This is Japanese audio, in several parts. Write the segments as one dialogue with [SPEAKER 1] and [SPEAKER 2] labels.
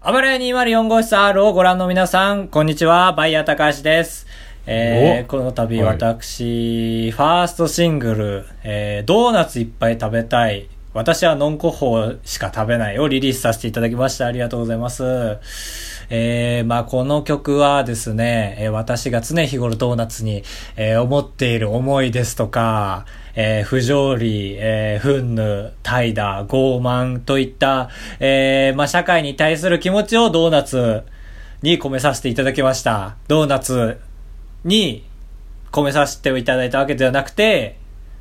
[SPEAKER 1] あばらや204号室 R をご覧の皆さん、こんにちは、バイヤー高橋です。えー
[SPEAKER 2] お
[SPEAKER 1] この度
[SPEAKER 2] はい
[SPEAKER 1] 私、ファーストシングル、えードーナツいっぱい食べたい、私はノンコホしか食べないをリリースさせていただきました。ありがとうございます。えーまあこの曲はですね、えー私が常日頃ドーナツに、えー思っている思いですとか、えー不条理、えー、憤怒、怠惰、傲慢といった、えーまあ社会に対する気持ちをドーナツに込めさせていただきました。ドーナツに込めさせていただいたわけではなくて、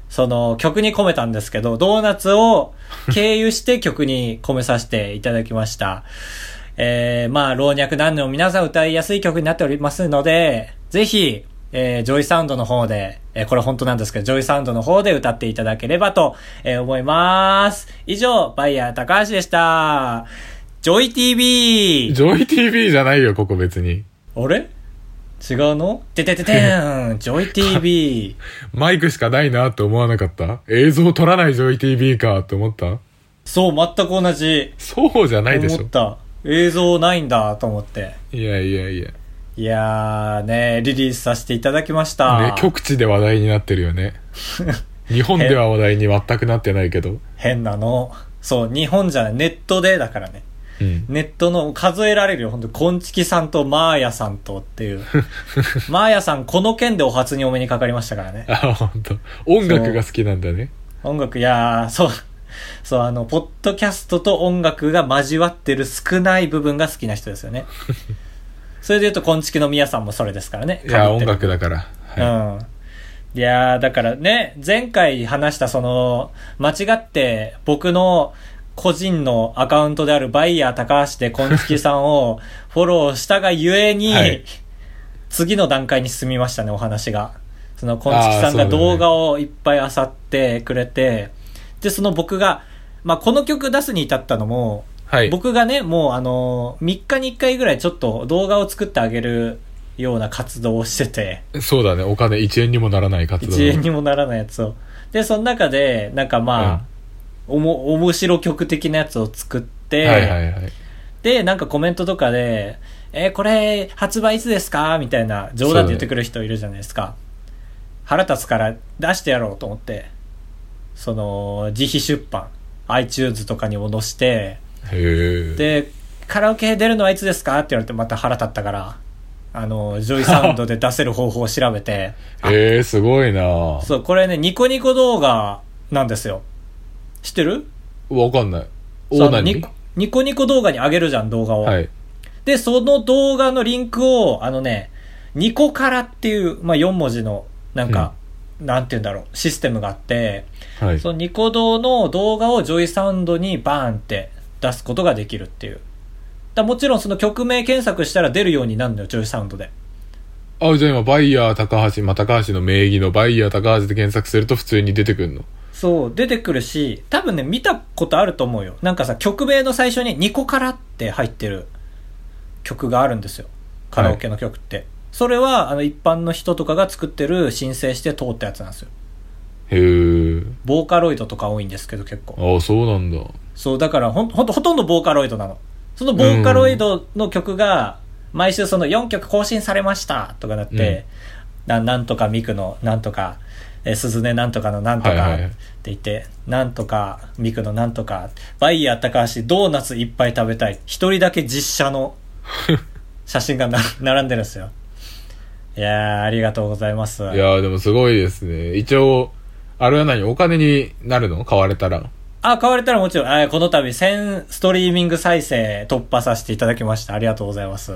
[SPEAKER 1] その曲に込めたんですけど、ドーナツを経由して曲に込めさせていただきました。えー、まあ、老若男女も皆さん歌いやすい曲になっておりますので、ぜひ、えー、ジョイサウンドの方で、えーこれ本当なんですけど、ジョイサウンドの方で歌っていただければと、えー思います。以上、バイヤー高橋でした。ジョイ TV!
[SPEAKER 2] ジョイ TV じゃないよ、ここ別に。
[SPEAKER 1] あれ違うのてててて ーんジョイ TV!
[SPEAKER 2] マイクしかないなって思わなかった映像撮らないジョイ TV かって思った
[SPEAKER 1] そう、全く同じ。
[SPEAKER 2] そうじゃないでし
[SPEAKER 1] 思った。映像ないんだと思って。
[SPEAKER 2] ょ。いやいやいや。
[SPEAKER 1] いやーね、リリースさせていただきました。
[SPEAKER 2] ね、極地で話題になってるよね。日本では話題に全くなってないけど。
[SPEAKER 1] 変なの。そう、日本じゃない、ネットでだからね。
[SPEAKER 2] うん。
[SPEAKER 1] ネットの数えられるよ、ほんと、こんちきさんとマーヤさんとって いう。マーヤさん、この件でお初にお目にかかりましたからね。
[SPEAKER 2] あ、ほんと。音楽が好きなんだね。
[SPEAKER 1] 音楽、いやー、そう、そう、あの、ポッドキャストと音楽が交わってる少ない部分が好きな人ですよ ね。それで言うと、こんちきのみやさんもそれですからね。
[SPEAKER 2] いや、
[SPEAKER 1] 被ってる
[SPEAKER 2] 音楽だから。
[SPEAKER 1] う
[SPEAKER 2] は
[SPEAKER 1] ん。いやー、だからね、前回話したその、間違って僕の個人のアカウントであるバイヤー高橋でこんちきさんを フォローしたがゆえに、
[SPEAKER 2] はい
[SPEAKER 1] 次の段階に進みましたね、お話が。その、こんちきさん
[SPEAKER 2] あーそう
[SPEAKER 1] が
[SPEAKER 2] だね
[SPEAKER 1] 動画をいっぱい漁ってくれて、で、その僕が、まあ、この曲出すに至ったのも、
[SPEAKER 2] はい。
[SPEAKER 1] 僕がね、もうあのー、3日に1回ぐらいちょっと動画を作ってあげるような活動をしてて、
[SPEAKER 2] そうだね。お金1円にもならない活動。
[SPEAKER 1] 1円にもならないやつを。で、その中で、なんかまあ、おも、面白曲的なやつを作って、
[SPEAKER 2] はいはいはい。
[SPEAKER 1] で、なんかコメントとかで、えーこれ、発売いつですかみたいな、冗談で言ってくる人いるじゃないですか。腹立つから出してやろうと思って、その、自費出版、iTunes とかにも載して、
[SPEAKER 2] へえ。
[SPEAKER 1] で、カラオケ出るのはいつですかって言われてまた腹立ったから、あの、ジョイサウンドで出せる方法を調べて、
[SPEAKER 2] へえ、すごいなわ
[SPEAKER 1] そう、これね、ニコニコ動画なんですよ。知ってる
[SPEAKER 2] かんない。
[SPEAKER 1] そう
[SPEAKER 2] オ
[SPEAKER 1] あの
[SPEAKER 2] ーナ
[SPEAKER 1] ニ
[SPEAKER 2] に
[SPEAKER 1] コニコニコ動画に上げるじゃん、動画を。
[SPEAKER 2] はい。
[SPEAKER 1] で、その動画のリンクを、あのね、ニコカラっていう、まあ、4文字の、なんか、なんて言うんだろう、システムがあって、
[SPEAKER 2] はい。
[SPEAKER 1] そのニコ動の動画をジョイサウンドにバーンって出すことができるっていう。だもちろんその曲名検索したら出るようになるのよ、ジョイサウンドで。
[SPEAKER 2] あ、じゃあ今、バイヤー高橋、まあ、高橋の名義のバイヤー高橋で検索すると普通に出てくるの。
[SPEAKER 1] そう、出てくるし、多分ね、見たことあると思うよ。なんかさ、曲名の最初にニコカラって入ってる曲があるんですよ。カラオケの曲って。それは、あの、一般の人とかが作ってる申請して通ったやつなんですよ。
[SPEAKER 2] へえ。
[SPEAKER 1] ボーカロイドとか多いんですけど、結構。
[SPEAKER 2] ああ、そうなんだ。
[SPEAKER 1] そう、だからほん、ほんと、ほとんどボーカロイドなの。そのボーカロイドの曲が、毎週その4曲更新されましたとかなって、ななんとかミクのなんとか、えー、鈴音なんとかのなんと
[SPEAKER 2] はい
[SPEAKER 1] か
[SPEAKER 2] は
[SPEAKER 1] っ
[SPEAKER 2] いはい
[SPEAKER 1] て言って、なんとかミクのなんとか、バイヤー高橋ドーナツいっぱい食べたい。一人だけ実写 の写真がな並んでるんですよ。いやー、ありがとうございます。
[SPEAKER 2] いやーでもすごいですね。一応、あれは何お金になるの買われたら。
[SPEAKER 1] あ、買われたらもちろん、あこの度1000ストリーミング再生突破させていただきました。ありがとうございます。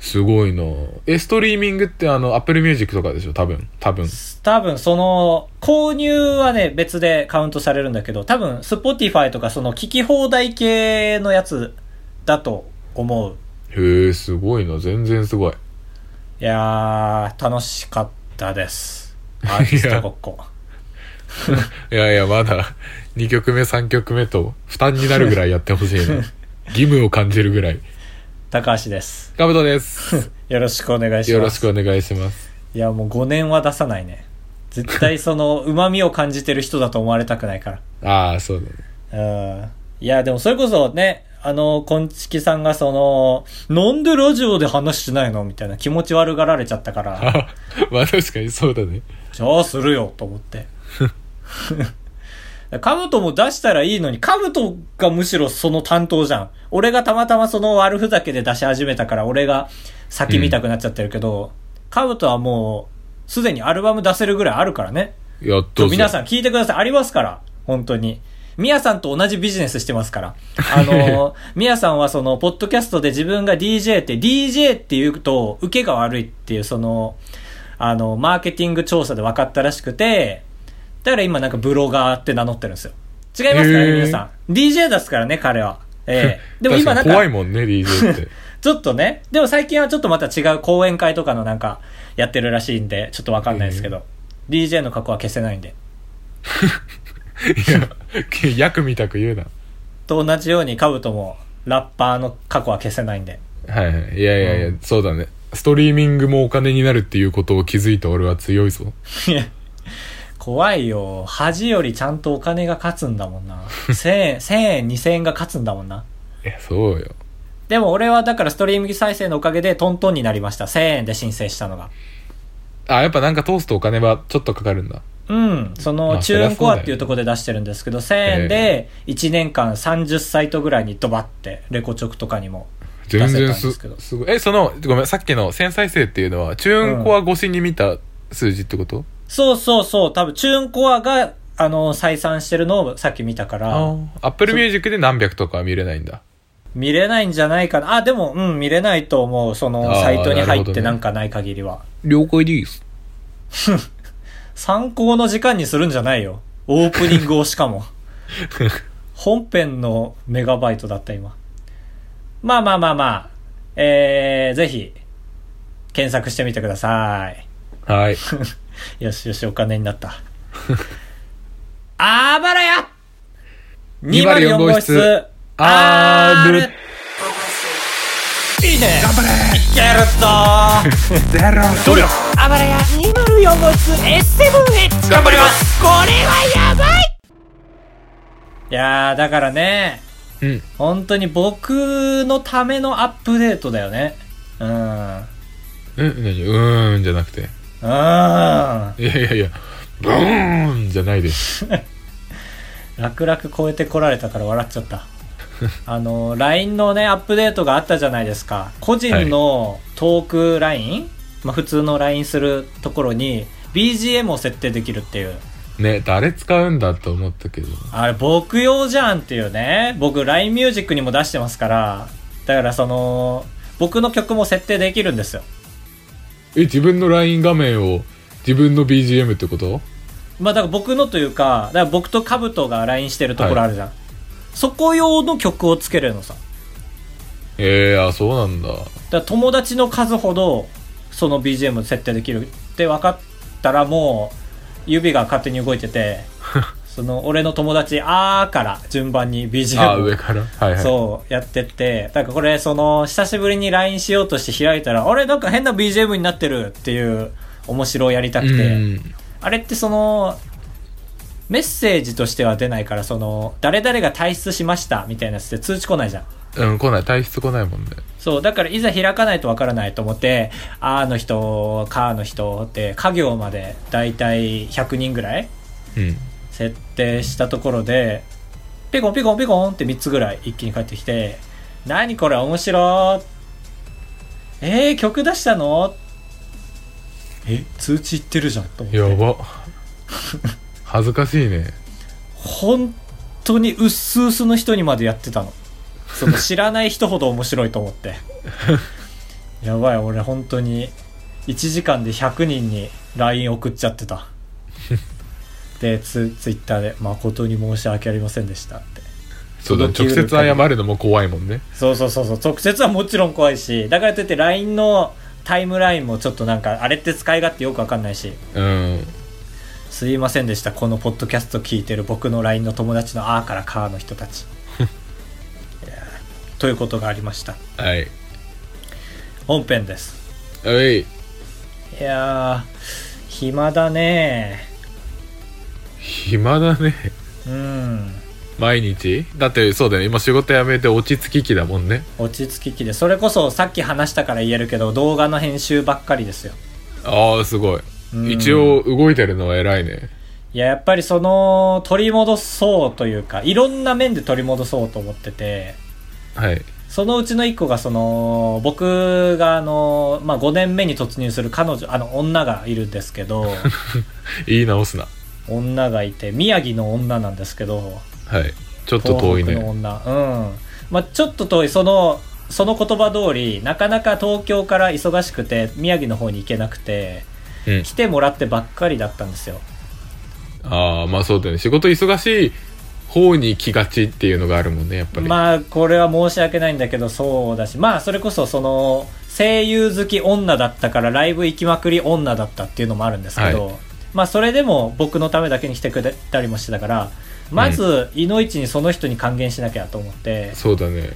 [SPEAKER 2] すごいなえ、ストリーミングってあの、Apple Music とかでしょ多分。多分。
[SPEAKER 1] 多分その、購入はね、別でカウントされるんだけど、多分 Spotify とかその聞き放題系のやつだと思う。
[SPEAKER 2] へえ、すごいな全然すごい。
[SPEAKER 1] いやー、楽しかったです。アーティストごっこ。
[SPEAKER 2] いやいや、まだ、2曲目、3曲目と、負担になるぐらいやってほしいな 義務を感じるぐらい。
[SPEAKER 1] 高橋です。
[SPEAKER 2] かぶとです。
[SPEAKER 1] よろしくお願いします。
[SPEAKER 2] よろしくお願いします。
[SPEAKER 1] いや、もう5年は出さないね。絶対その、旨味を感じてる人だと思われたくないから。
[SPEAKER 2] ああ、そうだね。
[SPEAKER 1] うんいや、でもそれこそね、あの、こんちきさんがその、なんでラジオで話してないのみたいな気持ち悪がられちゃったから、
[SPEAKER 2] あ まあ確かにそうだね。
[SPEAKER 1] じゃあするよと思って。 カブトも出したらいいのに、カブトがむしろその担当じゃん。俺がたまたまその悪ふざけで出し始めたから、俺が先見たくなっちゃってるけど、カブトはもう、すでにアルバム出せるぐらいあるからね。
[SPEAKER 2] やっと。
[SPEAKER 1] 皆さん聞いてください。ありますから。本当に。ミヤさんと同じビジネスしてますから。あ の、ミヤさんはその、ポッドキャストで自分が DJ って、DJ って言うと、受けが悪いっていう、その、あの、マーケティング調査で分かったらしくて、だから今なんかブロガーって名乗ってるんですよ。違いますから
[SPEAKER 2] へ
[SPEAKER 1] ね、
[SPEAKER 2] ー
[SPEAKER 1] 皆さん。DJ ですからね、彼は。ええでも今なん
[SPEAKER 2] 確
[SPEAKER 1] か、
[SPEAKER 2] に怖いもんね、DJ って。
[SPEAKER 1] ちょっとね、でも最近はちょっとまた違う講演会とかのなんかやってるらしいんで、ちょっとわかんないですけど、DJ の過去は消せないんで。
[SPEAKER 2] いや、 役みたく言うな。
[SPEAKER 1] と同じようにカブトもラッパーの過去は消せないんで。
[SPEAKER 2] はいはい。いやいやいや、そうだね。ストリーミングもお金になるっていうことを気づいた俺は強いぞ。
[SPEAKER 1] 怖いよ。恥よりちゃんとお金が勝つんだもんな。1000円、1000円、2000円が勝つんだもんな。
[SPEAKER 2] いや、そうよ。
[SPEAKER 1] でも俺はだからストリーミング再生のおかげでトントンになりました。1000円で申請したのが。
[SPEAKER 2] あ、やっぱなんか通すとお金はちょっとかかるんだ。
[SPEAKER 1] うん。そ
[SPEAKER 2] ま
[SPEAKER 1] の、
[SPEAKER 2] あ
[SPEAKER 1] チューンコア
[SPEAKER 2] そりゃそうだよ
[SPEAKER 1] っていうところで出してるんですけど、1000円で1年間30サイトぐらいにドバって、レコチョクとかにも。
[SPEAKER 2] 全然
[SPEAKER 1] 出
[SPEAKER 2] す
[SPEAKER 1] せたんですけど
[SPEAKER 2] すごいえそのごめんさっきの1000再生っていうのはチューンコア越しに見た数字ってこと、
[SPEAKER 1] そうそうそう。多分、チューンコアが、あの、再三してるのをさっき見たから。
[SPEAKER 2] ああアップルミュージックで何百とかは見れないんだ
[SPEAKER 1] 見れないんじゃないかな。あ、でも、うん、見れないと思う。その、
[SPEAKER 2] あー
[SPEAKER 1] サイトに
[SPEAKER 2] なる
[SPEAKER 1] 入
[SPEAKER 2] ほ
[SPEAKER 1] っ
[SPEAKER 2] ど
[SPEAKER 1] て
[SPEAKER 2] ね
[SPEAKER 1] なんかない限りは。
[SPEAKER 2] 了解です
[SPEAKER 1] 参考の時間にするんじゃないよ。オープニングをしか も。本編のメガバイトだった、今。まあまあまあまあ。えー、ぜひ、検索してみてくださ
[SPEAKER 2] はい
[SPEAKER 1] い。よしよし、お金になった。あばら や
[SPEAKER 2] 204号室 R
[SPEAKER 1] いいね頑張れいけるぞー
[SPEAKER 2] ゼロ
[SPEAKER 1] 努力あばらや204号室 S7H 頑張りますこれはやばいいやーだからね
[SPEAKER 2] うん
[SPEAKER 1] 本当に僕のためのアップデートだよねうんうん
[SPEAKER 2] うん何うーんじゃなくていやいやいやブーンじゃないです
[SPEAKER 1] 楽々超えてこられたから笑っちゃったあの LINE のねアップデートがあったじゃないですか個人のトーク LINE、まあ、普通の LINE するところに BGM を設定できるっていう
[SPEAKER 2] ね誰使うんだと思ったけど
[SPEAKER 1] あれ、僕用じゃんっていうね。僕、LINE ミュージックにも出してますから。だから、その、僕の曲も設定できるんですよ。
[SPEAKER 2] え自分の LINE 画面を自分の BGM ってこと
[SPEAKER 1] まあ、だから僕のというか、だから僕とカブトが LINE してるところあるじゃん。そこ用の曲をつけれるのさ。
[SPEAKER 2] えー、あそうなんだ
[SPEAKER 1] だから友達の数ほど、その BGM 設定できるって分かったら、もう、指が勝手に動いてて、 その、俺の友達、あーから順番に BGM を
[SPEAKER 2] あ上からはいは い
[SPEAKER 1] そう、やってって、だからこれ、その、久しぶりに LINE しようとして開いたら、あれ、なんか変な BGM になってるっていう、面白をやりたく
[SPEAKER 2] う
[SPEAKER 1] て、
[SPEAKER 2] ん
[SPEAKER 1] あれってその、メッセージとしては出ないから、その、誰々が退出しましたみたいなやつって通知来ないじゃん。
[SPEAKER 2] うん来ない体質来ないもんね
[SPEAKER 1] そう、だからいざ開かないとわからないと思って、あーの人、かーの人って、家業までだいたい100人ぐらい
[SPEAKER 2] うん
[SPEAKER 1] 設定したところで、ピコンピコンピコンって3つぐらい一気に返ってきて、何これ面白いえー、曲出したのえ、通知いってるじゃんと思
[SPEAKER 2] や
[SPEAKER 1] って。
[SPEAKER 2] ば恥ずかしいね
[SPEAKER 1] 本当にうっすうすの人にまでやってたの。その知らない人ほど面白いと思 って。やばい、俺本当に1時間で100人に LINE 送っちゃって た。で、ツツイッターで誠に申し訳ありませんでしたって。
[SPEAKER 2] そうだ
[SPEAKER 1] 届
[SPEAKER 2] 直
[SPEAKER 1] ける
[SPEAKER 2] 接謝るのも怖いもんね
[SPEAKER 1] そうそうそうそう直接はもちろん怖いしだからといって LINE のタイムラインもちょっとなんかあれって使い勝手よくわかんないし
[SPEAKER 2] うん
[SPEAKER 1] すいませんでしたこのポッドキャスト聞いてる僕の LINE の友達のあーからかーの人たちいやーということがありました
[SPEAKER 2] はい
[SPEAKER 1] 本編です
[SPEAKER 2] おい
[SPEAKER 1] いやー暇だね
[SPEAKER 2] 暇だね
[SPEAKER 1] うん
[SPEAKER 2] 毎日だってそうだよね今仕事辞めて落ち着き期だもんね
[SPEAKER 1] 落ち着ききでそれこそさっき話したから言えるけど動画の編集ばっかりですよ
[SPEAKER 2] ああすごい
[SPEAKER 1] うん
[SPEAKER 2] 一応動いてるのは偉いね
[SPEAKER 1] いややっぱりその取り戻そうというかいろんな面で取り戻そうと思ってて
[SPEAKER 2] はい
[SPEAKER 1] そのうちの一個がその僕があの、まあ、5年目に突入する彼女あの女がいるんですけ ど
[SPEAKER 2] 言い直すな
[SPEAKER 1] 女がいて宮城の女なんですけど
[SPEAKER 2] はいちょっと遠い
[SPEAKER 1] 東北の
[SPEAKER 2] ね
[SPEAKER 1] 女うんまあちょっと遠いそのその言葉通りなかなか東京から忙しくて宮城の方に行けなくて
[SPEAKER 2] うん
[SPEAKER 1] 来てもらってばっかりだったんですよ
[SPEAKER 2] ああまあそうだよね仕事忙しい方に来がちっていうのがあるもんねやっぱり、
[SPEAKER 1] まあこれは申し訳ないんだけどそうだしまあそれこそその声優好き女だったからライブ行きまくり女だったっていうのもあるんですけど、
[SPEAKER 2] は
[SPEAKER 1] まあそれでも僕のためだけに来てくれたりもしてたからまずいの一にその人に還元しなきゃと思って、
[SPEAKER 2] そうだね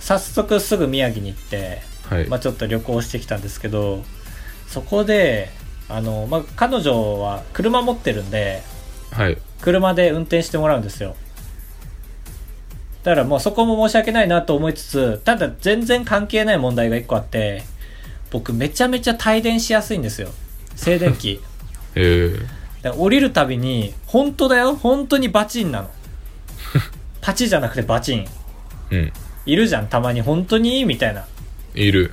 [SPEAKER 1] 早速すぐ宮城に行って、
[SPEAKER 2] はい、
[SPEAKER 1] まあ、ちょっと旅行してきたんですけどそこであの、まあ、彼女は車持ってるんで
[SPEAKER 2] はい
[SPEAKER 1] 車で運転してもらうんですよだからもうそこも申し訳ないなと思いつつただ全然関係ない問題が1個あって僕めちゃめちゃ帯電しやすいんですよ静電気
[SPEAKER 2] えー、
[SPEAKER 1] だから降りるたびに本当だよ本当にバチンなのパチじゃなくてバチン
[SPEAKER 2] うん
[SPEAKER 1] いるじゃんたまに本当にみたいない
[SPEAKER 2] る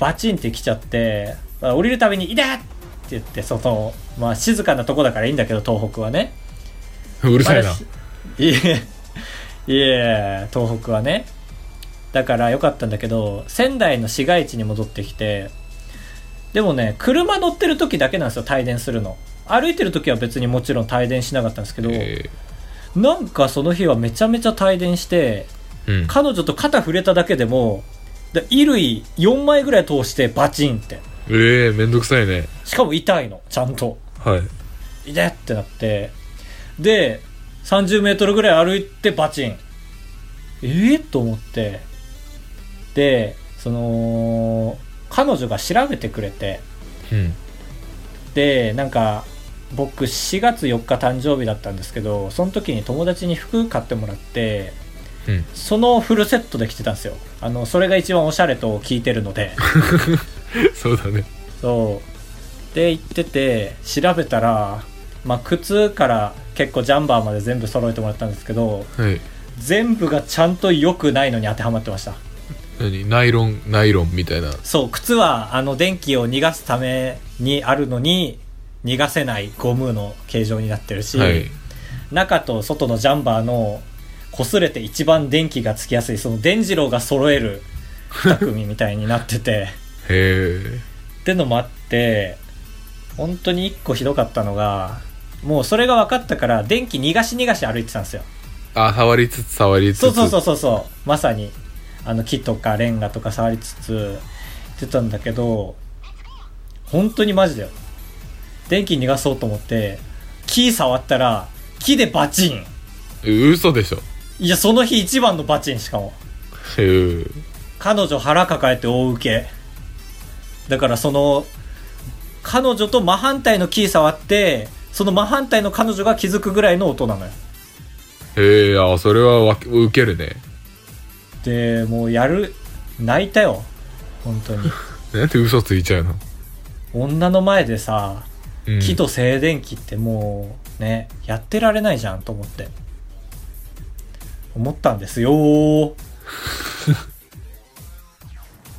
[SPEAKER 1] バチンって来ちゃってあ降りるたびに「いで!」って言ってそのまあ静かなとこだからいいんだけど東北はね
[SPEAKER 2] うるさい
[SPEAKER 1] ま
[SPEAKER 2] な
[SPEAKER 1] だしいえいえ東北はねだから良かったんだけど仙台の市街地に戻ってきてでもね車乗ってる時だけなんですよ帯電するの歩いてる時は別にもちろん帯電しなかったんですけど、
[SPEAKER 2] え
[SPEAKER 1] なんかその日はめちゃめちゃ帯電して
[SPEAKER 2] ーうん、
[SPEAKER 1] 彼女と肩触れただけでもだ衣類4枚ぐらい通してバチンって
[SPEAKER 2] えー、めんどくさいね
[SPEAKER 1] しかも痛いのちゃんと
[SPEAKER 2] はい
[SPEAKER 1] 痛いってなってで3 0ルぐらい歩いてバチンええと思ってでその彼女が調べてくれて
[SPEAKER 2] うん
[SPEAKER 1] でなんか僕4月4日誕生日だったんですけどその時に友達に服買ってもらって
[SPEAKER 2] うん
[SPEAKER 1] そのフルセットで着てたんですよあのそれが一番おしゃれと聞いてるので
[SPEAKER 2] そうだね
[SPEAKER 1] そうで行ってて調べたら、まあ、靴から結構ジャンバーまで全部揃えてもらったんですけど
[SPEAKER 2] はい
[SPEAKER 1] 全部がちゃんと良くないのに当てはまってました
[SPEAKER 2] 何ナイロンナイロンみたいな
[SPEAKER 1] そう靴はあの電気を逃がすためにあるのに逃がせないゴムの形状になってるし、
[SPEAKER 2] はい
[SPEAKER 1] 中と外のジャンバーの擦れて一番電気がつきやすいその伝次郎が揃える2組みたいになってて
[SPEAKER 2] へえ
[SPEAKER 1] ってのもあって本当に1個ひどかったのがもうそれが分かったから電気逃がし逃がし歩いてたんですよ
[SPEAKER 2] あ触りつつ触りつつ
[SPEAKER 1] そうそうそううそうそうまさにあの木とかレンガとか触りつつ言ってたんだけど本当にマジだよ電気逃がそうと思って木触ったら木でバチン
[SPEAKER 2] 嘘でしょ
[SPEAKER 1] いやその日一番のバチンしかも
[SPEAKER 2] へえ
[SPEAKER 1] 彼女腹抱えて大受けだからその彼女と真反対のキー触ってその真反対の彼女が気づくぐらいの音なのよ
[SPEAKER 2] へえあそれはわけ受けるね
[SPEAKER 1] でもうやる泣いたよ本当に
[SPEAKER 2] なんで嘘ついちゃうの、
[SPEAKER 1] 女の前でさ
[SPEAKER 2] うん、
[SPEAKER 1] 木と静電気ってもうねやってられないじゃんと思って思ったんですよー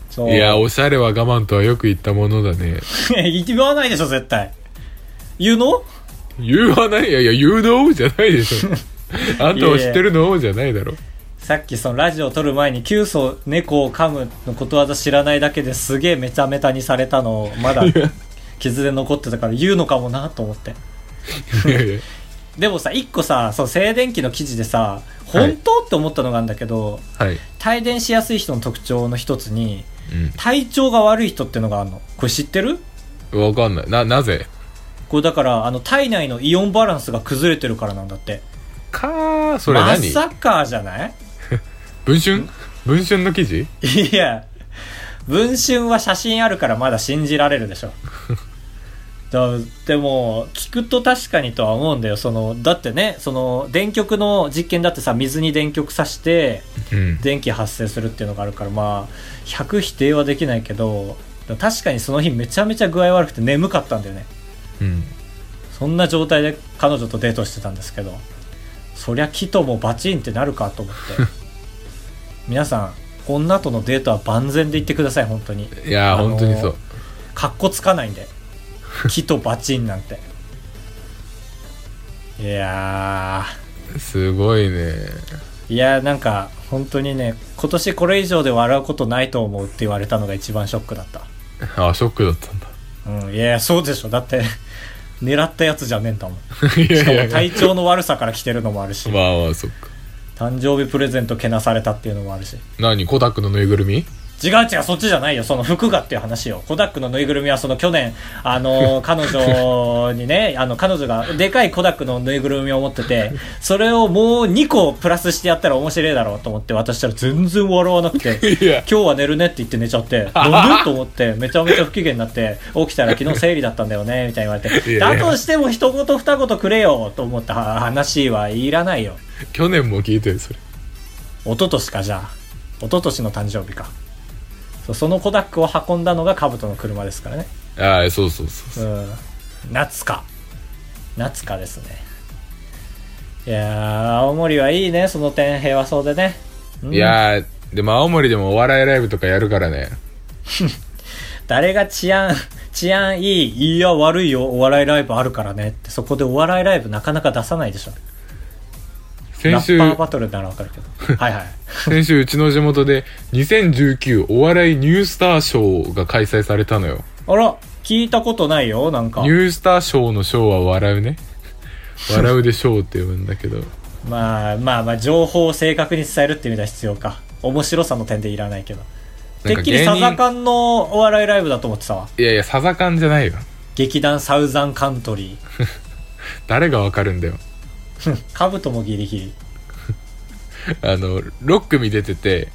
[SPEAKER 1] そう
[SPEAKER 2] いやおしゃれは我慢とはよく言ったものだね
[SPEAKER 1] 言わないでしょ絶対言うの
[SPEAKER 2] 言わないいやいや誘導じゃないで しょあんたは知ってるのじゃないだろ
[SPEAKER 1] さっきそのラジオ撮る前に「九祖猫を噛む」のことわざ知らないだけですげえめちゃめたにされたのま だ傷で残ってたから言うのかもなと思って
[SPEAKER 2] いやい や
[SPEAKER 1] でもさ一個さその静電気の記事でさ本当、って思ったのがあるんだけど
[SPEAKER 2] はい、
[SPEAKER 1] 帯電しやすい人の特徴の一つに
[SPEAKER 2] う
[SPEAKER 1] 体調が悪い人ってのがあるのこれ知ってる
[SPEAKER 2] ん、わかんないななぜ
[SPEAKER 1] これだからあの体内のイオンバランスが崩れてるからなんだって
[SPEAKER 2] かーそれ
[SPEAKER 1] ま
[SPEAKER 2] 何、
[SPEAKER 1] さかじゃない
[SPEAKER 2] 文春文春の記事
[SPEAKER 1] いや文春は写真あるからまだ信じられるでしょだでも聞くと確かにとは思うんだよそのだってねその電極の実験だってさ水に電極さして
[SPEAKER 2] うん。
[SPEAKER 1] 電気発生するっていうのがあるからまあ100否定はできないけどでも確かにその日めちゃめちゃ具合悪くて眠かったんだよね
[SPEAKER 2] うん。
[SPEAKER 1] そんな状態で彼女とデートしてたんですけどそりゃ木ともバチンってなるかと思って 皆さん女とのデートは万全で行ってください本当に
[SPEAKER 2] いやー、
[SPEAKER 1] あのー
[SPEAKER 2] 本当にそう。
[SPEAKER 1] かっこつかないん で木とバチンなんていや
[SPEAKER 2] すごいね。
[SPEAKER 1] ーいやーなんか本当にね今年これ以上で笑うことないと思うって言われたのが一番ショックだった
[SPEAKER 2] あ、ショックだったんだ。
[SPEAKER 1] うんいやいやそうでしょだって狙ったやつじゃねえんだもん
[SPEAKER 2] い
[SPEAKER 1] しかも
[SPEAKER 2] やいやい
[SPEAKER 1] 体調の悪さから来てるのもあるし
[SPEAKER 2] や。まあまあ、そっか。
[SPEAKER 1] 誕生日プレゼントけなされたっていうのもあるし
[SPEAKER 2] 何コタックのぬいぐるみ
[SPEAKER 1] 違う違うそっちじゃないよその服がっていう話よコダックのぬいぐるみはその去年あ の彼女にねあの彼女がでかいコダックのぬいぐるみを持っててそれをもう2個プラスしてやったら面白いだろうと思って渡したら全然笑わなくて
[SPEAKER 2] いや、
[SPEAKER 1] 今日は寝るねって言って寝ちゃって、なんでと思って、めちゃめちゃ不機嫌になって、起きたら昨日生理だったんだよね、みたいに言われ
[SPEAKER 2] い
[SPEAKER 1] て、
[SPEAKER 2] や
[SPEAKER 1] だ
[SPEAKER 2] いや
[SPEAKER 1] としても一言二言くれよと思った話はいらないよ。
[SPEAKER 2] 去年も聞いてる、それ。
[SPEAKER 1] 一昨年かじゃあ一昨年の誕生日かそうそのコダックを運んだのがカブトの車ですからね
[SPEAKER 2] ああ、そうそうそうそうう。
[SPEAKER 1] ん夏か夏かですねいやー青森はいいねその点平和そうでね、うん
[SPEAKER 2] いやー、でも青森でもお笑いライブとかやるからね。
[SPEAKER 1] 誰が治安 治安いいいや悪いよお笑いライブあるからねってそこでお笑いライブなかなか出さないでしょラ
[SPEAKER 2] 先
[SPEAKER 1] ッ
[SPEAKER 2] 週、
[SPEAKER 1] パーバトルならわかるけどはいはい
[SPEAKER 2] 先週うちの地元で2019お笑いニュースターショーが開催されたのよ。
[SPEAKER 1] あら聞いたことないよなんか
[SPEAKER 2] ニュースターショーのショーは笑う ね。笑うでショーって呼ぶんだけど。
[SPEAKER 1] まあまあまあ情報を正確に伝えるっていう意味では必要か面白さの点でいらないけどて
[SPEAKER 2] なん
[SPEAKER 1] っ
[SPEAKER 2] か
[SPEAKER 1] きり
[SPEAKER 2] 芸
[SPEAKER 1] サ
[SPEAKER 2] 人
[SPEAKER 1] ザカンのお笑いライブだと思ってたわ
[SPEAKER 2] いやいや、サザカンじゃないよ。
[SPEAKER 1] 劇団サウザンカントリ
[SPEAKER 2] 誰がわかるんだよ。
[SPEAKER 1] ーカブトもギリギリ
[SPEAKER 2] あの、6組出てて、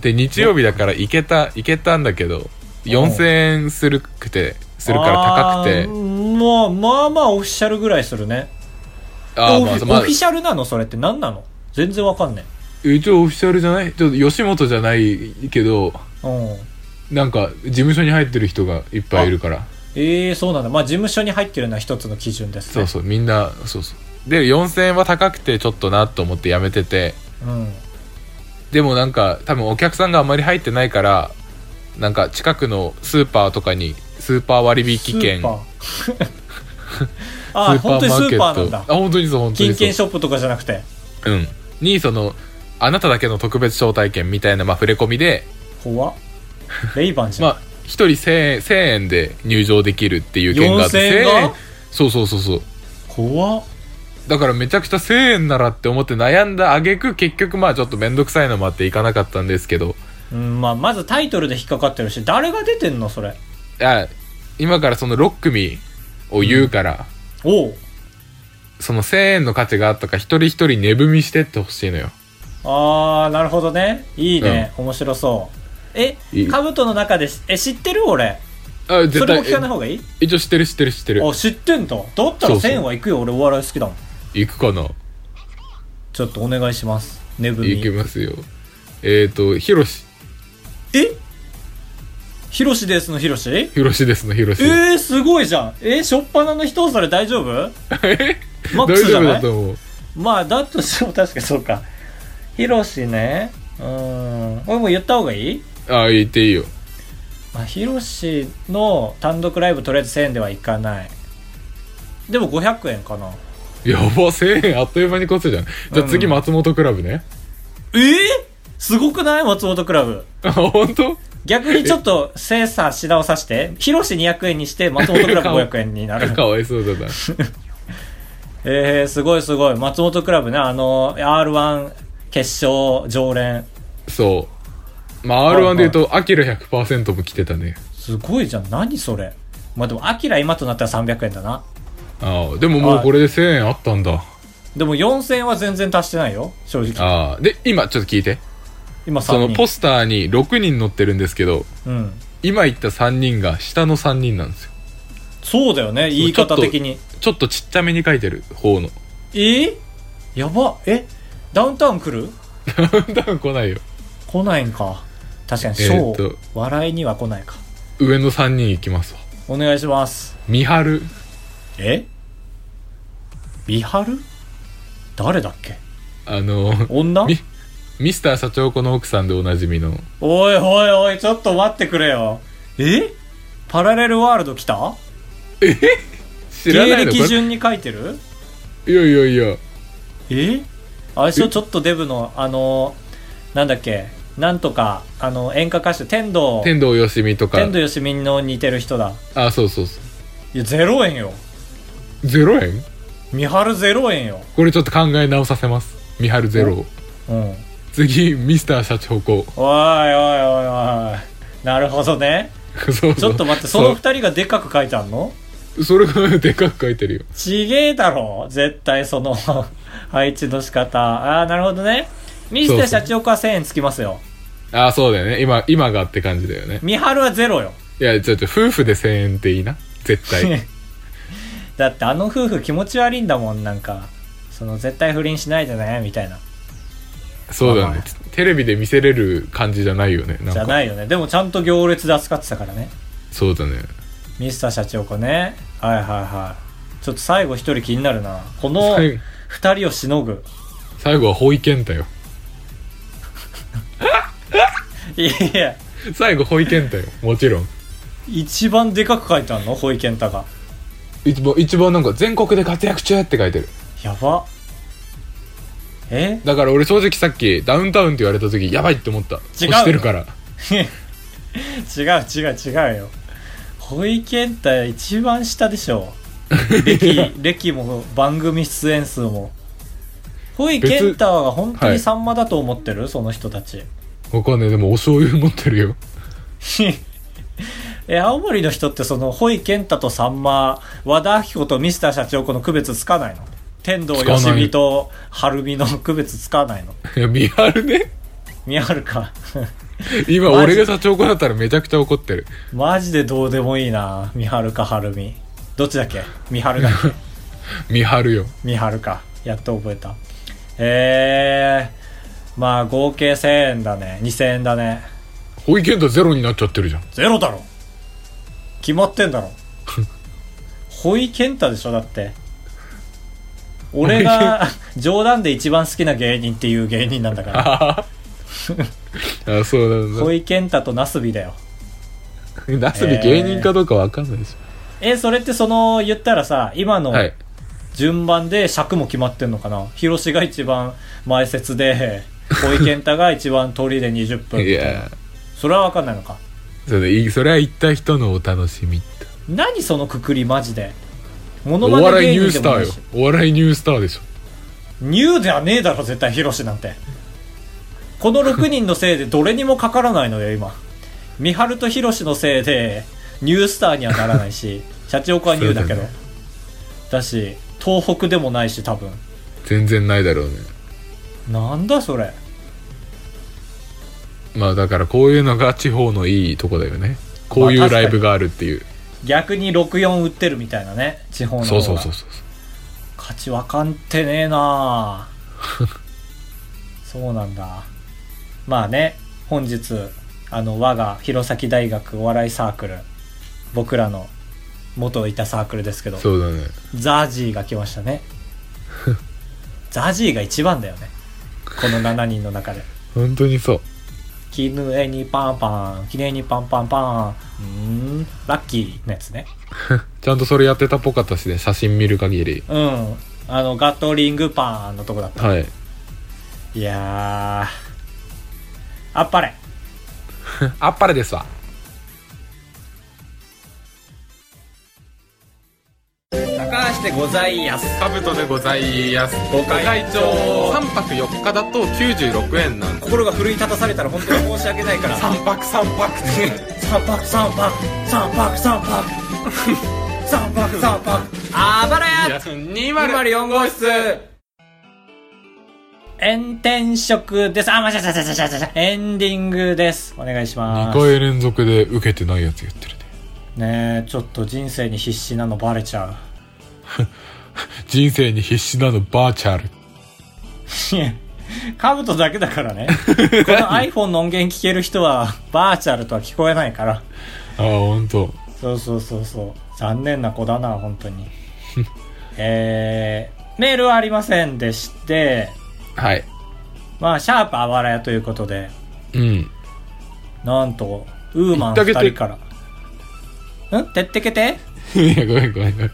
[SPEAKER 2] で、日曜日だから行けた、行けたんだけど、4000円するくて、するから高く
[SPEAKER 1] あ
[SPEAKER 2] て
[SPEAKER 1] ー。まあまあまあオフィシャルぐらいするね
[SPEAKER 2] あー
[SPEAKER 1] オフ
[SPEAKER 2] まあ、
[SPEAKER 1] ィ
[SPEAKER 2] ま
[SPEAKER 1] オ
[SPEAKER 2] あ
[SPEAKER 1] フィ、シャルなのそれって何なの全然わかんね
[SPEAKER 2] 一応オフィシャルじゃないちょっと吉本じゃないけど、
[SPEAKER 1] えうん
[SPEAKER 2] なんか、事務所に入ってる人がいっぱいいるから。
[SPEAKER 1] ええそうなんだまあ事務所に入ってるのは一つの基準です
[SPEAKER 2] そう
[SPEAKER 1] ね
[SPEAKER 2] そう、みんな、そうそう。で、4000円は高くてちょっとなと思ってやめてて、
[SPEAKER 1] う、ん、
[SPEAKER 2] でもなんか多分お客さんがあんまり入ってないからなんか近くのスーパーとかにスーパー割引券
[SPEAKER 1] スーパー ああ本当にスーパーなんだ
[SPEAKER 2] あ本当にそう本当
[SPEAKER 1] 金
[SPEAKER 2] にそう
[SPEAKER 1] 券ショップとかじゃなくて
[SPEAKER 2] うんにそのあなただけの特別招待券みたいなまあ触れ込みで
[SPEAKER 1] 怖っレイバンじゃん、
[SPEAKER 2] まあ1人1000円1000円で入場できるっていう券があって
[SPEAKER 1] 4000円が
[SPEAKER 2] 1000そうそうそうそう
[SPEAKER 1] 怖っ
[SPEAKER 2] だからめちゃくちゃ1000円ならって思って悩んだ挙句結局まあちょっと面倒くさいのもあって行かなかったんですけど
[SPEAKER 1] うんまあ、まずタイトルで引っかかってるし誰が出てんのそれ
[SPEAKER 2] あ今からその6組を言うから、
[SPEAKER 1] おう
[SPEAKER 2] その1000円の価値があったか一人一人値踏みしてってほしいのよ
[SPEAKER 1] あーなるほどねいいね、面白そうえ
[SPEAKER 2] いい
[SPEAKER 1] カブトの中でしえ知ってる俺
[SPEAKER 2] あ
[SPEAKER 1] そ
[SPEAKER 2] 絶
[SPEAKER 1] れ
[SPEAKER 2] 対
[SPEAKER 1] も聞かない方がいい
[SPEAKER 2] え一応知ってる知ってる知ってる
[SPEAKER 1] あ知ってんだだったら
[SPEAKER 2] そうそう
[SPEAKER 1] 1000円は行くよ俺お笑い好きだもん
[SPEAKER 2] 行くかな
[SPEAKER 1] ちょっとお願いしますねぶ
[SPEAKER 2] 行き
[SPEAKER 1] み
[SPEAKER 2] ますよえっ、ー、とひろし
[SPEAKER 1] えヒロシですのヒロシ
[SPEAKER 2] ひろしですのひろし
[SPEAKER 1] えー、すごいじゃんえー、しょっぱなの人それ大丈夫マッ
[SPEAKER 2] 大
[SPEAKER 1] クスじゃ
[SPEAKER 2] 丈夫
[SPEAKER 1] な
[SPEAKER 2] だ
[SPEAKER 1] い
[SPEAKER 2] と思う
[SPEAKER 1] まあだとしても確かにそうかヒロシねうーんこれもう言った方がいい
[SPEAKER 2] あ言っていいよ
[SPEAKER 1] まあ、ヒロシの単独ライブとりあえず1000円ではいかないでも500円かな
[SPEAKER 2] やば1000円あっという間に越すじゃんじゃあ次
[SPEAKER 1] うん
[SPEAKER 2] 松本クラブね、
[SPEAKER 1] えー、すごくない松本クラブ
[SPEAKER 2] あ本当
[SPEAKER 1] 逆にちょっと精査し直させてヒロシ200円にして松本クラブ500円になる
[SPEAKER 2] かわいそうだな
[SPEAKER 1] えー、すごいすごい松本クラブねあの r 1決勝常連
[SPEAKER 2] そうまあ r 1で言うとアキラ100%も来てたね
[SPEAKER 1] すごいじゃん何それまあでもアキラ今となったら300円だな
[SPEAKER 2] ああでももうこれで1000円あったんだ
[SPEAKER 1] でも4000円は全然足してないよ正直
[SPEAKER 2] ああで今ちょっと聞いて
[SPEAKER 1] 今3人
[SPEAKER 2] そのポスターに6人載ってるんですけど
[SPEAKER 1] うん
[SPEAKER 2] 今言った3人が下の3人なんですよ
[SPEAKER 1] そうだよね、言い
[SPEAKER 2] ちょっ
[SPEAKER 1] 方
[SPEAKER 2] と
[SPEAKER 1] 的に。
[SPEAKER 2] ちょっとちっちゃめに書いてる方の
[SPEAKER 1] えーやば。えダウンタウン来る
[SPEAKER 2] 多分来ないよ
[SPEAKER 1] 来ないんか。確かに、シ
[SPEAKER 2] えー
[SPEAKER 1] ョ
[SPEAKER 2] っ
[SPEAKER 1] ー、
[SPEAKER 2] と
[SPEAKER 1] 笑いには来ないか。
[SPEAKER 2] 上の3人行きますわ
[SPEAKER 1] お願いします。
[SPEAKER 2] 三春
[SPEAKER 1] え美春誰だっけ
[SPEAKER 2] あの
[SPEAKER 1] 女
[SPEAKER 2] みミスター社長子の奥さんでおなじみの
[SPEAKER 1] おいおいおい、ちょっと待ってくれよ。えパラレルワールド来た
[SPEAKER 2] 知ら
[SPEAKER 1] 芸
[SPEAKER 2] ないのこ
[SPEAKER 1] 歴
[SPEAKER 2] れ
[SPEAKER 1] 順に書いてる
[SPEAKER 2] いやいやいや
[SPEAKER 1] えあれでしょちょっとデブの、あの、なんだっけ、なんとか、あの、演歌歌手、天童、
[SPEAKER 2] 天童よしみとか
[SPEAKER 1] 天童よしみの似てる人だ。
[SPEAKER 2] あそうそうそ
[SPEAKER 1] いや、0円よ。
[SPEAKER 2] うゼロ円
[SPEAKER 1] 三春0円よ。
[SPEAKER 2] これちょっと考え直させます三春ゼロ
[SPEAKER 1] うん。
[SPEAKER 2] 次ミスター社長子
[SPEAKER 1] おいおいおいおい。なるほどね。
[SPEAKER 2] そう そう
[SPEAKER 1] ちょっと待って、その二人がでっかく書いてあんの
[SPEAKER 2] そうそれが でかく書いてるよ
[SPEAKER 1] ちげえだろ絶対その 配置の仕方ああなるほどねミスター社長は1000円つきますよ
[SPEAKER 2] あそうだよね今今がって感じだよね
[SPEAKER 1] 三春はゼロよ
[SPEAKER 2] いやちょっと夫婦で1000円っていいな絶対
[SPEAKER 1] だってあの夫婦気持ち悪いんだもんなんかその絶対不倫しないでねみたいな
[SPEAKER 2] そうだ
[SPEAKER 1] まあま
[SPEAKER 2] ねテレビで見せれる感じじゃないよねなん
[SPEAKER 1] じゃ
[SPEAKER 2] か
[SPEAKER 1] ないよねでもちゃんと行列で扱ってたからね
[SPEAKER 2] そうだね
[SPEAKER 1] ミスター社長子ねはいはいはいちょっと最後一人気になるなこの
[SPEAKER 2] 最後
[SPEAKER 1] 二人をしのぐ
[SPEAKER 2] 最後はホイケンタよ
[SPEAKER 1] いや
[SPEAKER 2] 最後ホイケンタよもちろん
[SPEAKER 1] 一番でかく書いてあるのホイケンタが
[SPEAKER 2] 一番一番なんか全国で活躍中って書いてる
[SPEAKER 1] やばえ
[SPEAKER 2] だから俺正直さっきダウンタウンって言われた時やばいって思った
[SPEAKER 1] 違う
[SPEAKER 2] 押してるから
[SPEAKER 1] 違う違う違うよホイケンタ一番下でしょ歴歴も番組出演数もホイケンタは本当に
[SPEAKER 2] 別
[SPEAKER 1] さんまだと思ってる、その人たち
[SPEAKER 2] わかんないでもお醤油持ってるよ
[SPEAKER 1] え青森の人ってそのホイケンタとさんま和田アキ子とミスター社長この区別つかないの天童よしみと晴海の区別つかないの
[SPEAKER 2] いやビハルね
[SPEAKER 1] 見張るか
[SPEAKER 2] 今
[SPEAKER 1] マジ
[SPEAKER 2] 俺が社長子だったらめちゃくちゃ怒ってる
[SPEAKER 1] マジでどうでもいいな見張るか晴海どっちだっけ見張るだっけ
[SPEAKER 2] 見張るよ
[SPEAKER 1] 見張るかやっと覚えたえー、まあ合計1000円だね2000円だね
[SPEAKER 2] 保育園とゼロになっちゃっ てるじゃん
[SPEAKER 1] ゼロだろ決まってん だろホイケンタでしょだって俺 が冗談で一番好きな芸人っていう芸人なんだか ら
[SPEAKER 2] ああそうなん
[SPEAKER 1] ホイケンタとナスビだよ
[SPEAKER 2] だなすび芸人かどうかわかんないでしょ、
[SPEAKER 1] えそれってその言ったらさ今の
[SPEAKER 2] はい
[SPEAKER 1] 順番で尺も決まってんのかな広志が一番前説 でホイケンタが一番鳥で20分
[SPEAKER 2] い
[SPEAKER 1] みたいな
[SPEAKER 2] や
[SPEAKER 1] それは分かんないのか
[SPEAKER 2] それいそれは行った人のお楽しみって
[SPEAKER 1] 何そのくくりマジでモノ
[SPEAKER 2] お
[SPEAKER 1] マネ
[SPEAKER 2] 笑い
[SPEAKER 1] 芸
[SPEAKER 2] ニュー
[SPEAKER 1] 人で
[SPEAKER 2] スタ
[SPEAKER 1] もな
[SPEAKER 2] ー
[SPEAKER 1] い
[SPEAKER 2] よ
[SPEAKER 1] し
[SPEAKER 2] お笑いニュースターでしょ
[SPEAKER 1] ニューじゃねえだろ絶対ヒロシなんてこの6人のせいでどれにもかからないのよ今三春とヒロシのせいでニュースターにはならない し社長子はニューだけど
[SPEAKER 2] そうだ
[SPEAKER 1] だし東北でもないし多分
[SPEAKER 2] 全然ないだろうね
[SPEAKER 1] なんだそれ
[SPEAKER 2] まあだからこういうのが地方のいいとこだよねこうい
[SPEAKER 1] まあ確
[SPEAKER 2] う
[SPEAKER 1] か
[SPEAKER 2] ラ
[SPEAKER 1] に
[SPEAKER 2] イブがあるっていう、
[SPEAKER 1] 逆に64売ってるみたいなね地方の方
[SPEAKER 2] そ
[SPEAKER 1] が
[SPEAKER 2] うそうそうそう
[SPEAKER 1] 勝ちわかんてねえ なあそうなんだまあね本日あの我が弘前大学お笑いサークル僕らの元いたサークルですけど
[SPEAKER 2] そうだね
[SPEAKER 1] ザージーが来ました ねザージーが一番だよねこの7人の中 で
[SPEAKER 2] 本当にそう
[SPEAKER 1] 「絹えにパンパンきれいにパンパンパン」うーんラッキーのやつね
[SPEAKER 2] ちゃんとそれやってたっぽかったしね写真見る限り
[SPEAKER 1] うんあのガトリングパンのとこだった
[SPEAKER 2] はい
[SPEAKER 1] いやーあっぱれ
[SPEAKER 2] あっぱれですわ
[SPEAKER 1] 高橋でございやす
[SPEAKER 2] カブトでございますご
[SPEAKER 1] 会長
[SPEAKER 2] 3泊4日だと96円なんで
[SPEAKER 1] 心が奮い立たされたら本当に申し訳ないから三
[SPEAKER 2] 泊3泊
[SPEAKER 1] 泊三泊三泊三泊三泊三泊あばれや
[SPEAKER 2] 204号室
[SPEAKER 1] 炎天色ですあまじゃじゃじゃじゃじゃエンディングですお願いし
[SPEAKER 2] 2
[SPEAKER 1] ます
[SPEAKER 2] 回連続で受けてないやつ言ってるね
[SPEAKER 1] ねえちょっと人生に必死なのバレちゃ
[SPEAKER 2] 人生に必死なのバーチャル。
[SPEAKER 1] ういや カブトだけだからねこの iPhone の音源聞ける人はバーチャルとは聞こえないから
[SPEAKER 2] ああ、ほんと。
[SPEAKER 1] そうそうそうそう残念な子だな本当に えー、メールはありませんでして
[SPEAKER 2] はい。
[SPEAKER 1] まあシャープあばらやということで
[SPEAKER 2] うん。
[SPEAKER 1] なんとウーマン
[SPEAKER 2] 言ってあげ
[SPEAKER 1] 2
[SPEAKER 2] て
[SPEAKER 1] 人からんてってけて
[SPEAKER 2] いや、ごめんごめんごめん。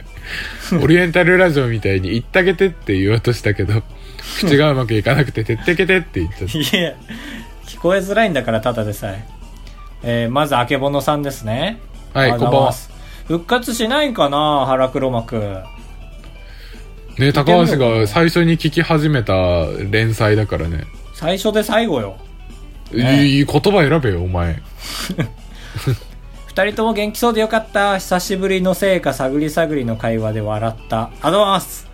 [SPEAKER 2] オリエンタルラジオみたいに、言ったけてって言おうとしたけど、口がうまくいかなくて、てってけてって言っ ちゃっ
[SPEAKER 1] いえ聞こえづらいんだからただでさええーまずあけぼのさんですね
[SPEAKER 2] た。はい、
[SPEAKER 1] お
[SPEAKER 2] こ
[SPEAKER 1] はようんご
[SPEAKER 2] んば
[SPEAKER 1] ざいま
[SPEAKER 2] は。
[SPEAKER 1] す復活しないんかな腹黒幕
[SPEAKER 2] ね、
[SPEAKER 1] てみよう
[SPEAKER 2] 高橋が最初に聞き始めた連載だからね。
[SPEAKER 1] 最初で最後よね
[SPEAKER 2] いい言葉選べよ、お前。
[SPEAKER 1] 二人とも元気そうでよかった久しぶりの成果探り探りの会話で笑ったあざます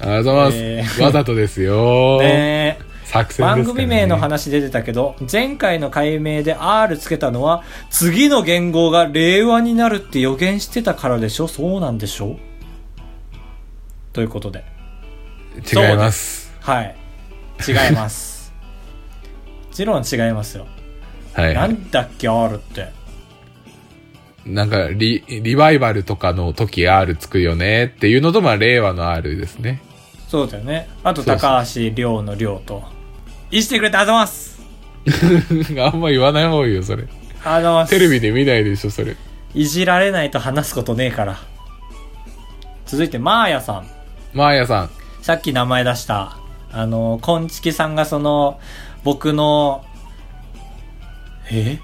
[SPEAKER 2] ありがとうござい
[SPEAKER 1] え
[SPEAKER 2] ます。わざとですよ。
[SPEAKER 1] ねえ
[SPEAKER 2] 作戦で
[SPEAKER 1] 番
[SPEAKER 2] すから、ね。
[SPEAKER 1] 組名の話出てたけど前回の解明で R つけたのは次の元号が令和になるって予言してたからでしょそうなんでしょということで
[SPEAKER 2] 違います。
[SPEAKER 1] はい違います もちろん違いますよ
[SPEAKER 2] はい
[SPEAKER 1] な
[SPEAKER 2] はい。
[SPEAKER 1] んだっけ R って
[SPEAKER 2] なんかリ、リバイバルとかの時 R つくよねっていうのと、まあ、令和の R ですね。
[SPEAKER 1] そうだよねあと
[SPEAKER 2] そうそう
[SPEAKER 1] 高橋亮の亮といしてくれてあざます
[SPEAKER 2] あんま言わない方がいいよ、それ。
[SPEAKER 1] あざます
[SPEAKER 2] テレビで見ないでしょ、それ。
[SPEAKER 1] いじられないと話すことねえから。続いて、マーヤさん。
[SPEAKER 2] マーヤさん。
[SPEAKER 1] さっき名前出した、あの、こんちきさんがその、僕の、え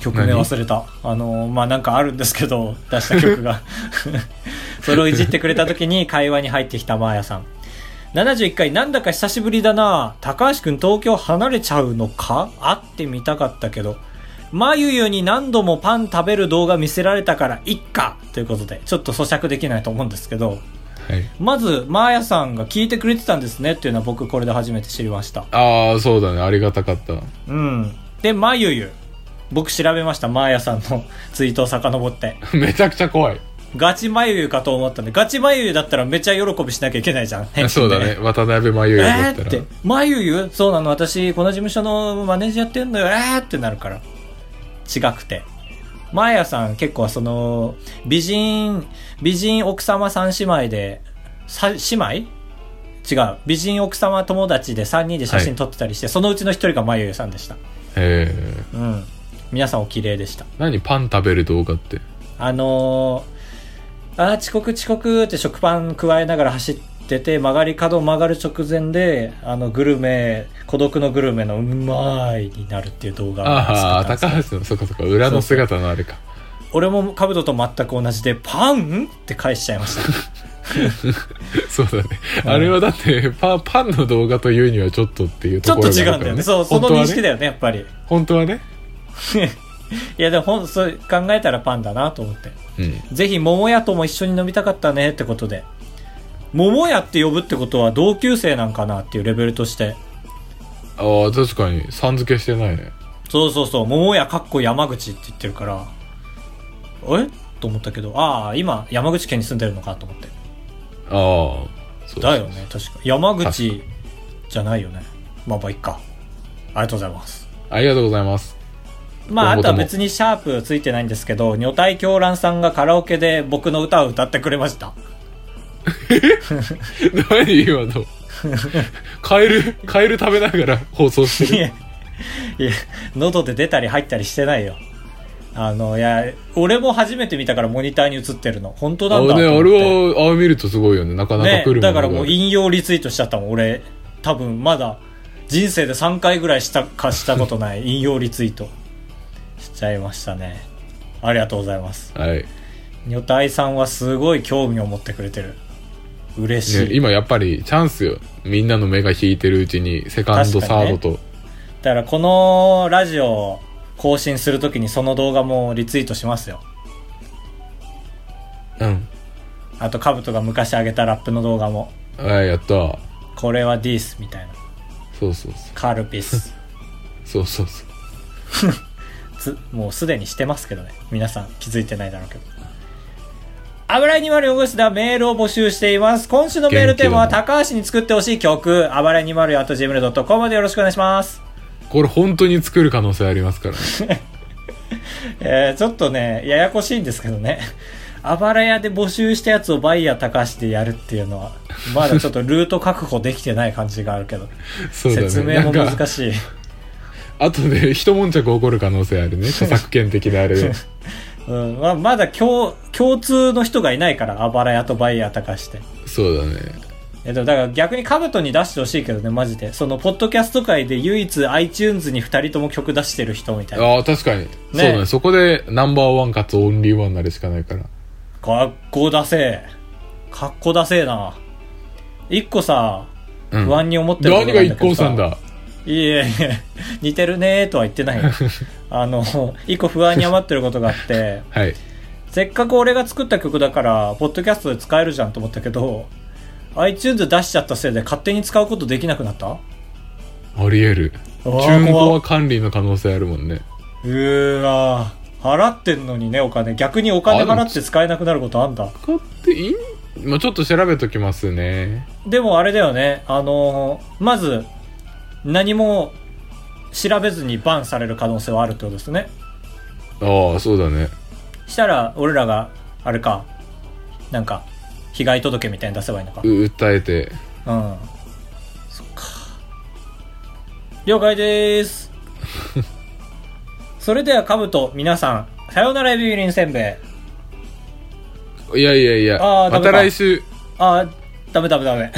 [SPEAKER 1] 曲名
[SPEAKER 2] 何
[SPEAKER 1] 忘れた。あの、まあ、なんかあるんですけど、出した曲が。それをいじってくれた時に会話に入ってきたマーヤさん。71回、なんだか久しぶりだな高橋くん東京離れちゃうのか会ってみたかったけど。まゆゆに何度もパン食べる動画見せられたから、いっかということで、ちょっと咀嚼できないと思うんですけど。
[SPEAKER 2] はい。
[SPEAKER 1] まず、マーヤさんが聞いてくれてたんですねっていうのは僕これで初めて知りました。
[SPEAKER 2] ああ、そうだね。ありがたかった。
[SPEAKER 1] うん。で、まゆゆ。僕調べました、マーヤさんの ツイートを遡って。
[SPEAKER 2] めちゃくちゃ怖い。
[SPEAKER 1] ガチまゆゆかと思ったんで、ガチまゆゆだったらめっちゃ喜びしなきゃいけないじゃん。返
[SPEAKER 2] そう
[SPEAKER 1] 信で
[SPEAKER 2] だね。。渡辺真
[SPEAKER 1] え
[SPEAKER 2] 由美だっ
[SPEAKER 1] ー
[SPEAKER 2] た
[SPEAKER 1] っ
[SPEAKER 2] ら。
[SPEAKER 1] て、まゆゆそうなの、私、この事務所のマネージャーやってんのよ、えーってなるから。違くて。マーヤさん結構その、美人、美人奥様三姉妹で、さ姉妹違う。美人奥様友達で3人で写真撮ってたりして、そのうちの1人がまゆゆさんでした。
[SPEAKER 2] えー、
[SPEAKER 1] うん。皆さんお綺麗でした。
[SPEAKER 2] 何パン食べる動画って。
[SPEAKER 1] あのー、あー遅刻遅刻って食パン加えながら走ってて曲がり角を曲がる直前であのグルメ孤独のグルメのうまいになるっていう動画
[SPEAKER 2] あ
[SPEAKER 1] を
[SPEAKER 2] あ、
[SPEAKER 1] 作ったんです
[SPEAKER 2] 高橋の、そっかそっか、裏の姿のあれか。
[SPEAKER 1] 俺も兜と全く同じでパンって返 しちゃいました
[SPEAKER 2] そうだね。あれはだって、パン、パンの動画というにはちょっとっていう
[SPEAKER 1] ち
[SPEAKER 2] と
[SPEAKER 1] ょっ
[SPEAKER 2] こと
[SPEAKER 1] 違
[SPEAKER 2] ろがあるから、
[SPEAKER 1] うんだよねそうその認識だよねやっぱり
[SPEAKER 2] 本当はね。
[SPEAKER 1] いやでもほんそう考えたらパンだなと思って
[SPEAKER 2] 本当はね。
[SPEAKER 1] ぜひ桃屋とも一緒に飲みたかったねってことで桃屋って呼ぶってことは同級生なんかなっていうレベルとして
[SPEAKER 2] うん。ああ、確かに、さん付けしてないね。
[SPEAKER 1] そうそうそう、桃屋かっこ山口って言ってるから、えと思ったけど、ああ、今、山口県に住んでるのかと思って。
[SPEAKER 2] ああ、そう
[SPEAKER 1] だよ。ね、確か。山口じゃないよね。まあまあ、いっか。ありがとうございます。
[SPEAKER 2] ありがとうござい ます。
[SPEAKER 1] まあ、
[SPEAKER 2] 今
[SPEAKER 1] あ
[SPEAKER 2] 後
[SPEAKER 1] と
[SPEAKER 2] と
[SPEAKER 1] は
[SPEAKER 2] も
[SPEAKER 1] 別にシャープついてないんですけど、女体狂乱さんがカラオケで僕の歌を歌ってくれました。
[SPEAKER 2] 何今の。 カエル、カエル食べながら放送して
[SPEAKER 1] い
[SPEAKER 2] る。
[SPEAKER 1] や、いや、喉で出たり入ったりしてないよ。あの、いや、俺も初めて見たからモニターに映ってるの。本当
[SPEAKER 2] あ
[SPEAKER 1] なんだ
[SPEAKER 2] のね、
[SPEAKER 1] と思
[SPEAKER 2] あ
[SPEAKER 1] って
[SPEAKER 2] れは、ああ見るとすごいよね。なかなか
[SPEAKER 1] ね
[SPEAKER 2] 来るものが
[SPEAKER 1] だからもう引用リツイートしちゃったもん俺多分まだ人生で3回ぐらいしたかしたことない 引用リツイートしちゃいましたねありがとうございます
[SPEAKER 2] はい。
[SPEAKER 1] 女体さんはすごい興味を持ってくれてる嬉しい、
[SPEAKER 2] ね、今やっぱりチャンスよ。みんなの目が引いてるうちに、セカン
[SPEAKER 1] 確
[SPEAKER 2] ド、サ
[SPEAKER 1] かに
[SPEAKER 2] ー
[SPEAKER 1] ね
[SPEAKER 2] ドと。
[SPEAKER 1] だからこのラジオを更新するときにその動画もリツイートしますよ
[SPEAKER 2] うん。
[SPEAKER 1] あとカブトが昔上げたラップの動画も
[SPEAKER 2] はい、やった。
[SPEAKER 1] これはディースみたいな
[SPEAKER 2] そうそうそう。
[SPEAKER 1] カルピス
[SPEAKER 2] そうそうそう。
[SPEAKER 1] つもうすでにしてますけどね皆さん気づいてないだろうけど油い204号室ではメールを募集しています今週のメールテーマは
[SPEAKER 2] 元気だ
[SPEAKER 1] 高橋に作ってほしい曲暴れ 204.gmail.com までよろしくお願いします
[SPEAKER 2] これ本当に作る可能性ありますから ね
[SPEAKER 1] えーちょっとね、ややこしいんですけどね。 あばら屋で募集したやつをバイヤー高橋でやるっていうのは、まだちょっとルート確保できてない感じがあるけど、
[SPEAKER 2] そうだね
[SPEAKER 1] 説明も
[SPEAKER 2] なんか
[SPEAKER 1] 難しい。
[SPEAKER 2] 後で 一悶着起こる可能性ある ね著作権的なあれで
[SPEAKER 1] うんまあ、まだ共共通の人がいないから、あばら屋とバイヤー高橋で。
[SPEAKER 2] そ うだね
[SPEAKER 1] えっと、だから逆にカブトに出してほしいけどね、マジで。その、ポッドキャスト界で唯一 iTunes に二人とも曲出してる人みたいな。
[SPEAKER 2] ああ確かに、そうだねそこでナンバーワンかつオンリーワンになるしかないから
[SPEAKER 1] かっこだせえ。かっこだせえな。一個さ、
[SPEAKER 2] うん
[SPEAKER 1] 不安に思ってること
[SPEAKER 2] 何
[SPEAKER 1] な
[SPEAKER 2] が
[SPEAKER 1] んだ
[SPEAKER 2] 一
[SPEAKER 1] けど
[SPEAKER 2] 光
[SPEAKER 1] さ
[SPEAKER 2] さんだ
[SPEAKER 1] いえいえ、似てるねーとは言って ないよ。あの、一個不安に余ってることがあって、
[SPEAKER 2] はい
[SPEAKER 1] せっかく俺が作った曲だから、ポッドキャストで使えるじゃんと思ったけど、iTunes 出しちゃったせいで勝手に使うことできなくなった
[SPEAKER 2] ありえる
[SPEAKER 1] う
[SPEAKER 2] 中
[SPEAKER 1] わー
[SPEAKER 2] 古
[SPEAKER 1] 怖っ
[SPEAKER 2] は管理の可能性あるもんね
[SPEAKER 1] うーわー払ってんのにね、お金。逆にお金払って使えなくなることあんだ。
[SPEAKER 2] 買っていいまあちょっと調べときますね
[SPEAKER 1] でもあれだよね、あのーまず、何も調べずにバンされる可能性はあるってことですね。
[SPEAKER 2] ああそうだね
[SPEAKER 1] したら俺らがあれかなんか被害届みたいに出せばいいのか
[SPEAKER 2] う訴えて
[SPEAKER 1] うんそっか了解です それではカブト皆さんさよならエビビリンせんべい
[SPEAKER 2] いやいやいや
[SPEAKER 1] あーダ
[SPEAKER 2] ま
[SPEAKER 1] メだ
[SPEAKER 2] た来週
[SPEAKER 1] あーダメダメダメ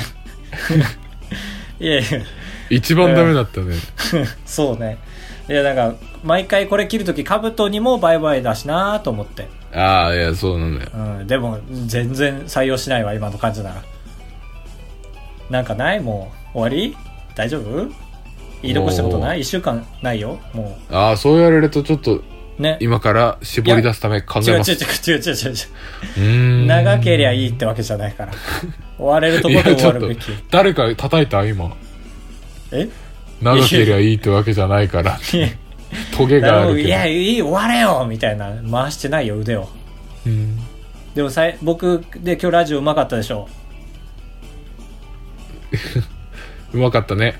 [SPEAKER 1] いやいや
[SPEAKER 2] 一番ダメだったね、
[SPEAKER 1] そうねいやなんか毎回これ切るときカブトにもバイバイだしなーと思って、
[SPEAKER 2] ああいやそうなんだよ
[SPEAKER 1] うん、でも全然採用しないわ今の感じならなんかないもう終わり大丈夫言い残したことない1週間ないよも
[SPEAKER 2] ああそうやられるとちょっと
[SPEAKER 1] うね
[SPEAKER 2] 今から絞り出すため考
[SPEAKER 1] 違う違う
[SPEAKER 2] えます
[SPEAKER 1] 違う違う違う違
[SPEAKER 2] うー
[SPEAKER 1] うん長けりゃいいってわけじゃない から終われるところで終わるべき
[SPEAKER 2] いやちょっと誰か叩いた今
[SPEAKER 1] え
[SPEAKER 2] 長けりゃいいってわけじゃないからトゲがあ
[SPEAKER 1] 誰も
[SPEAKER 2] るけ
[SPEAKER 1] い
[SPEAKER 2] ど
[SPEAKER 1] やいい終われよみたいな回してないよ腕を
[SPEAKER 2] うん
[SPEAKER 1] でもさい僕で今日ラジオうまかったでしょ
[SPEAKER 2] うまかったね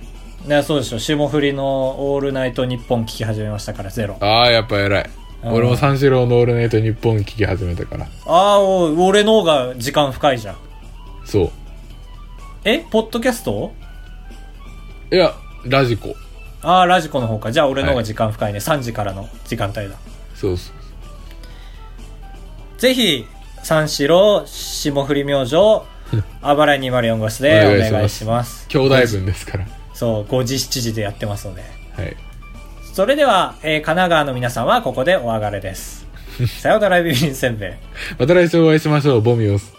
[SPEAKER 1] ねそうでしょ霜降りの「オールナイトニッポン」聞き始めましたからゼロ
[SPEAKER 2] ああやっぱ偉い
[SPEAKER 1] うん
[SPEAKER 2] 俺も三四郎の「オールナイトニッポン」聞き始めたから
[SPEAKER 1] ああ俺の方が時間深いじゃん
[SPEAKER 2] そ
[SPEAKER 1] えポッドキャスト
[SPEAKER 2] ういやラジコ
[SPEAKER 1] ああラジコの方かじゃあ俺の方が時間深いね、3時からの時間帯だ
[SPEAKER 2] そうそう
[SPEAKER 1] ぜひ三四郎霜降り明星あばらい204号室で
[SPEAKER 2] お願い
[SPEAKER 1] お願い
[SPEAKER 2] します
[SPEAKER 1] します
[SPEAKER 2] 兄弟分ですから
[SPEAKER 1] そう5時7時でやってますので
[SPEAKER 2] はい
[SPEAKER 1] それでは、えー神奈川の皆 さんはここでお別れですさようならエビビンせんべい
[SPEAKER 2] また来週お会いしましょうボミオス